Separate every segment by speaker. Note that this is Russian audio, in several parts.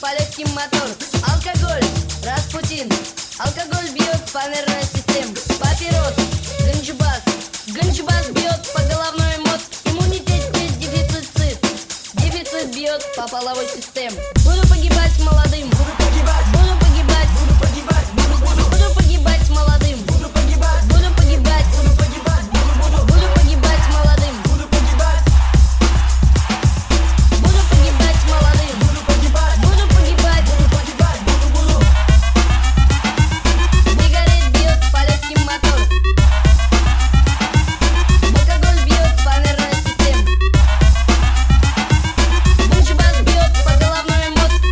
Speaker 1: полегким мотор Алкоголь, Распутин Алкоголь бьет по нервной системе Папирос, ганджубас Ганджубас бьет по головной мозг Иммунитет без дефицит Дефицит бьет по половой системе Буду погибать молодым Буду погибать Буду погибать Буду погибать Буду, погибать молодым Буду погибать Буду погибать Буду погибать Буду, погибать молодым Буду погибать Буду погибать молодым Буду погибать Буду погибать Буду погибать Буду, буду Сигарет бьет по легким мотор Алкоголь бьет по нервной системе Бунчебас бьет по головной мозг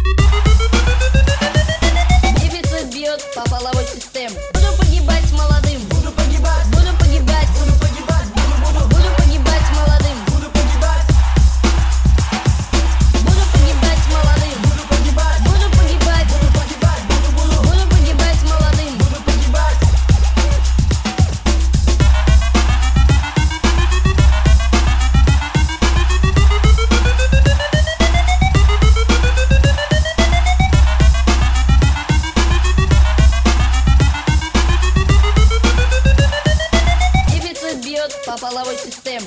Speaker 1: Дефицит бьет по половой системе Буду погибать молодым Буду погибать Буду погибать Буду погибать Буду, погибать молодым Буду погибать Буду погибать молодым Буду погибать Буду погибать Буду погибать Буду, Буду погибать молодым Буду погибать Дефицит бьет по половой системе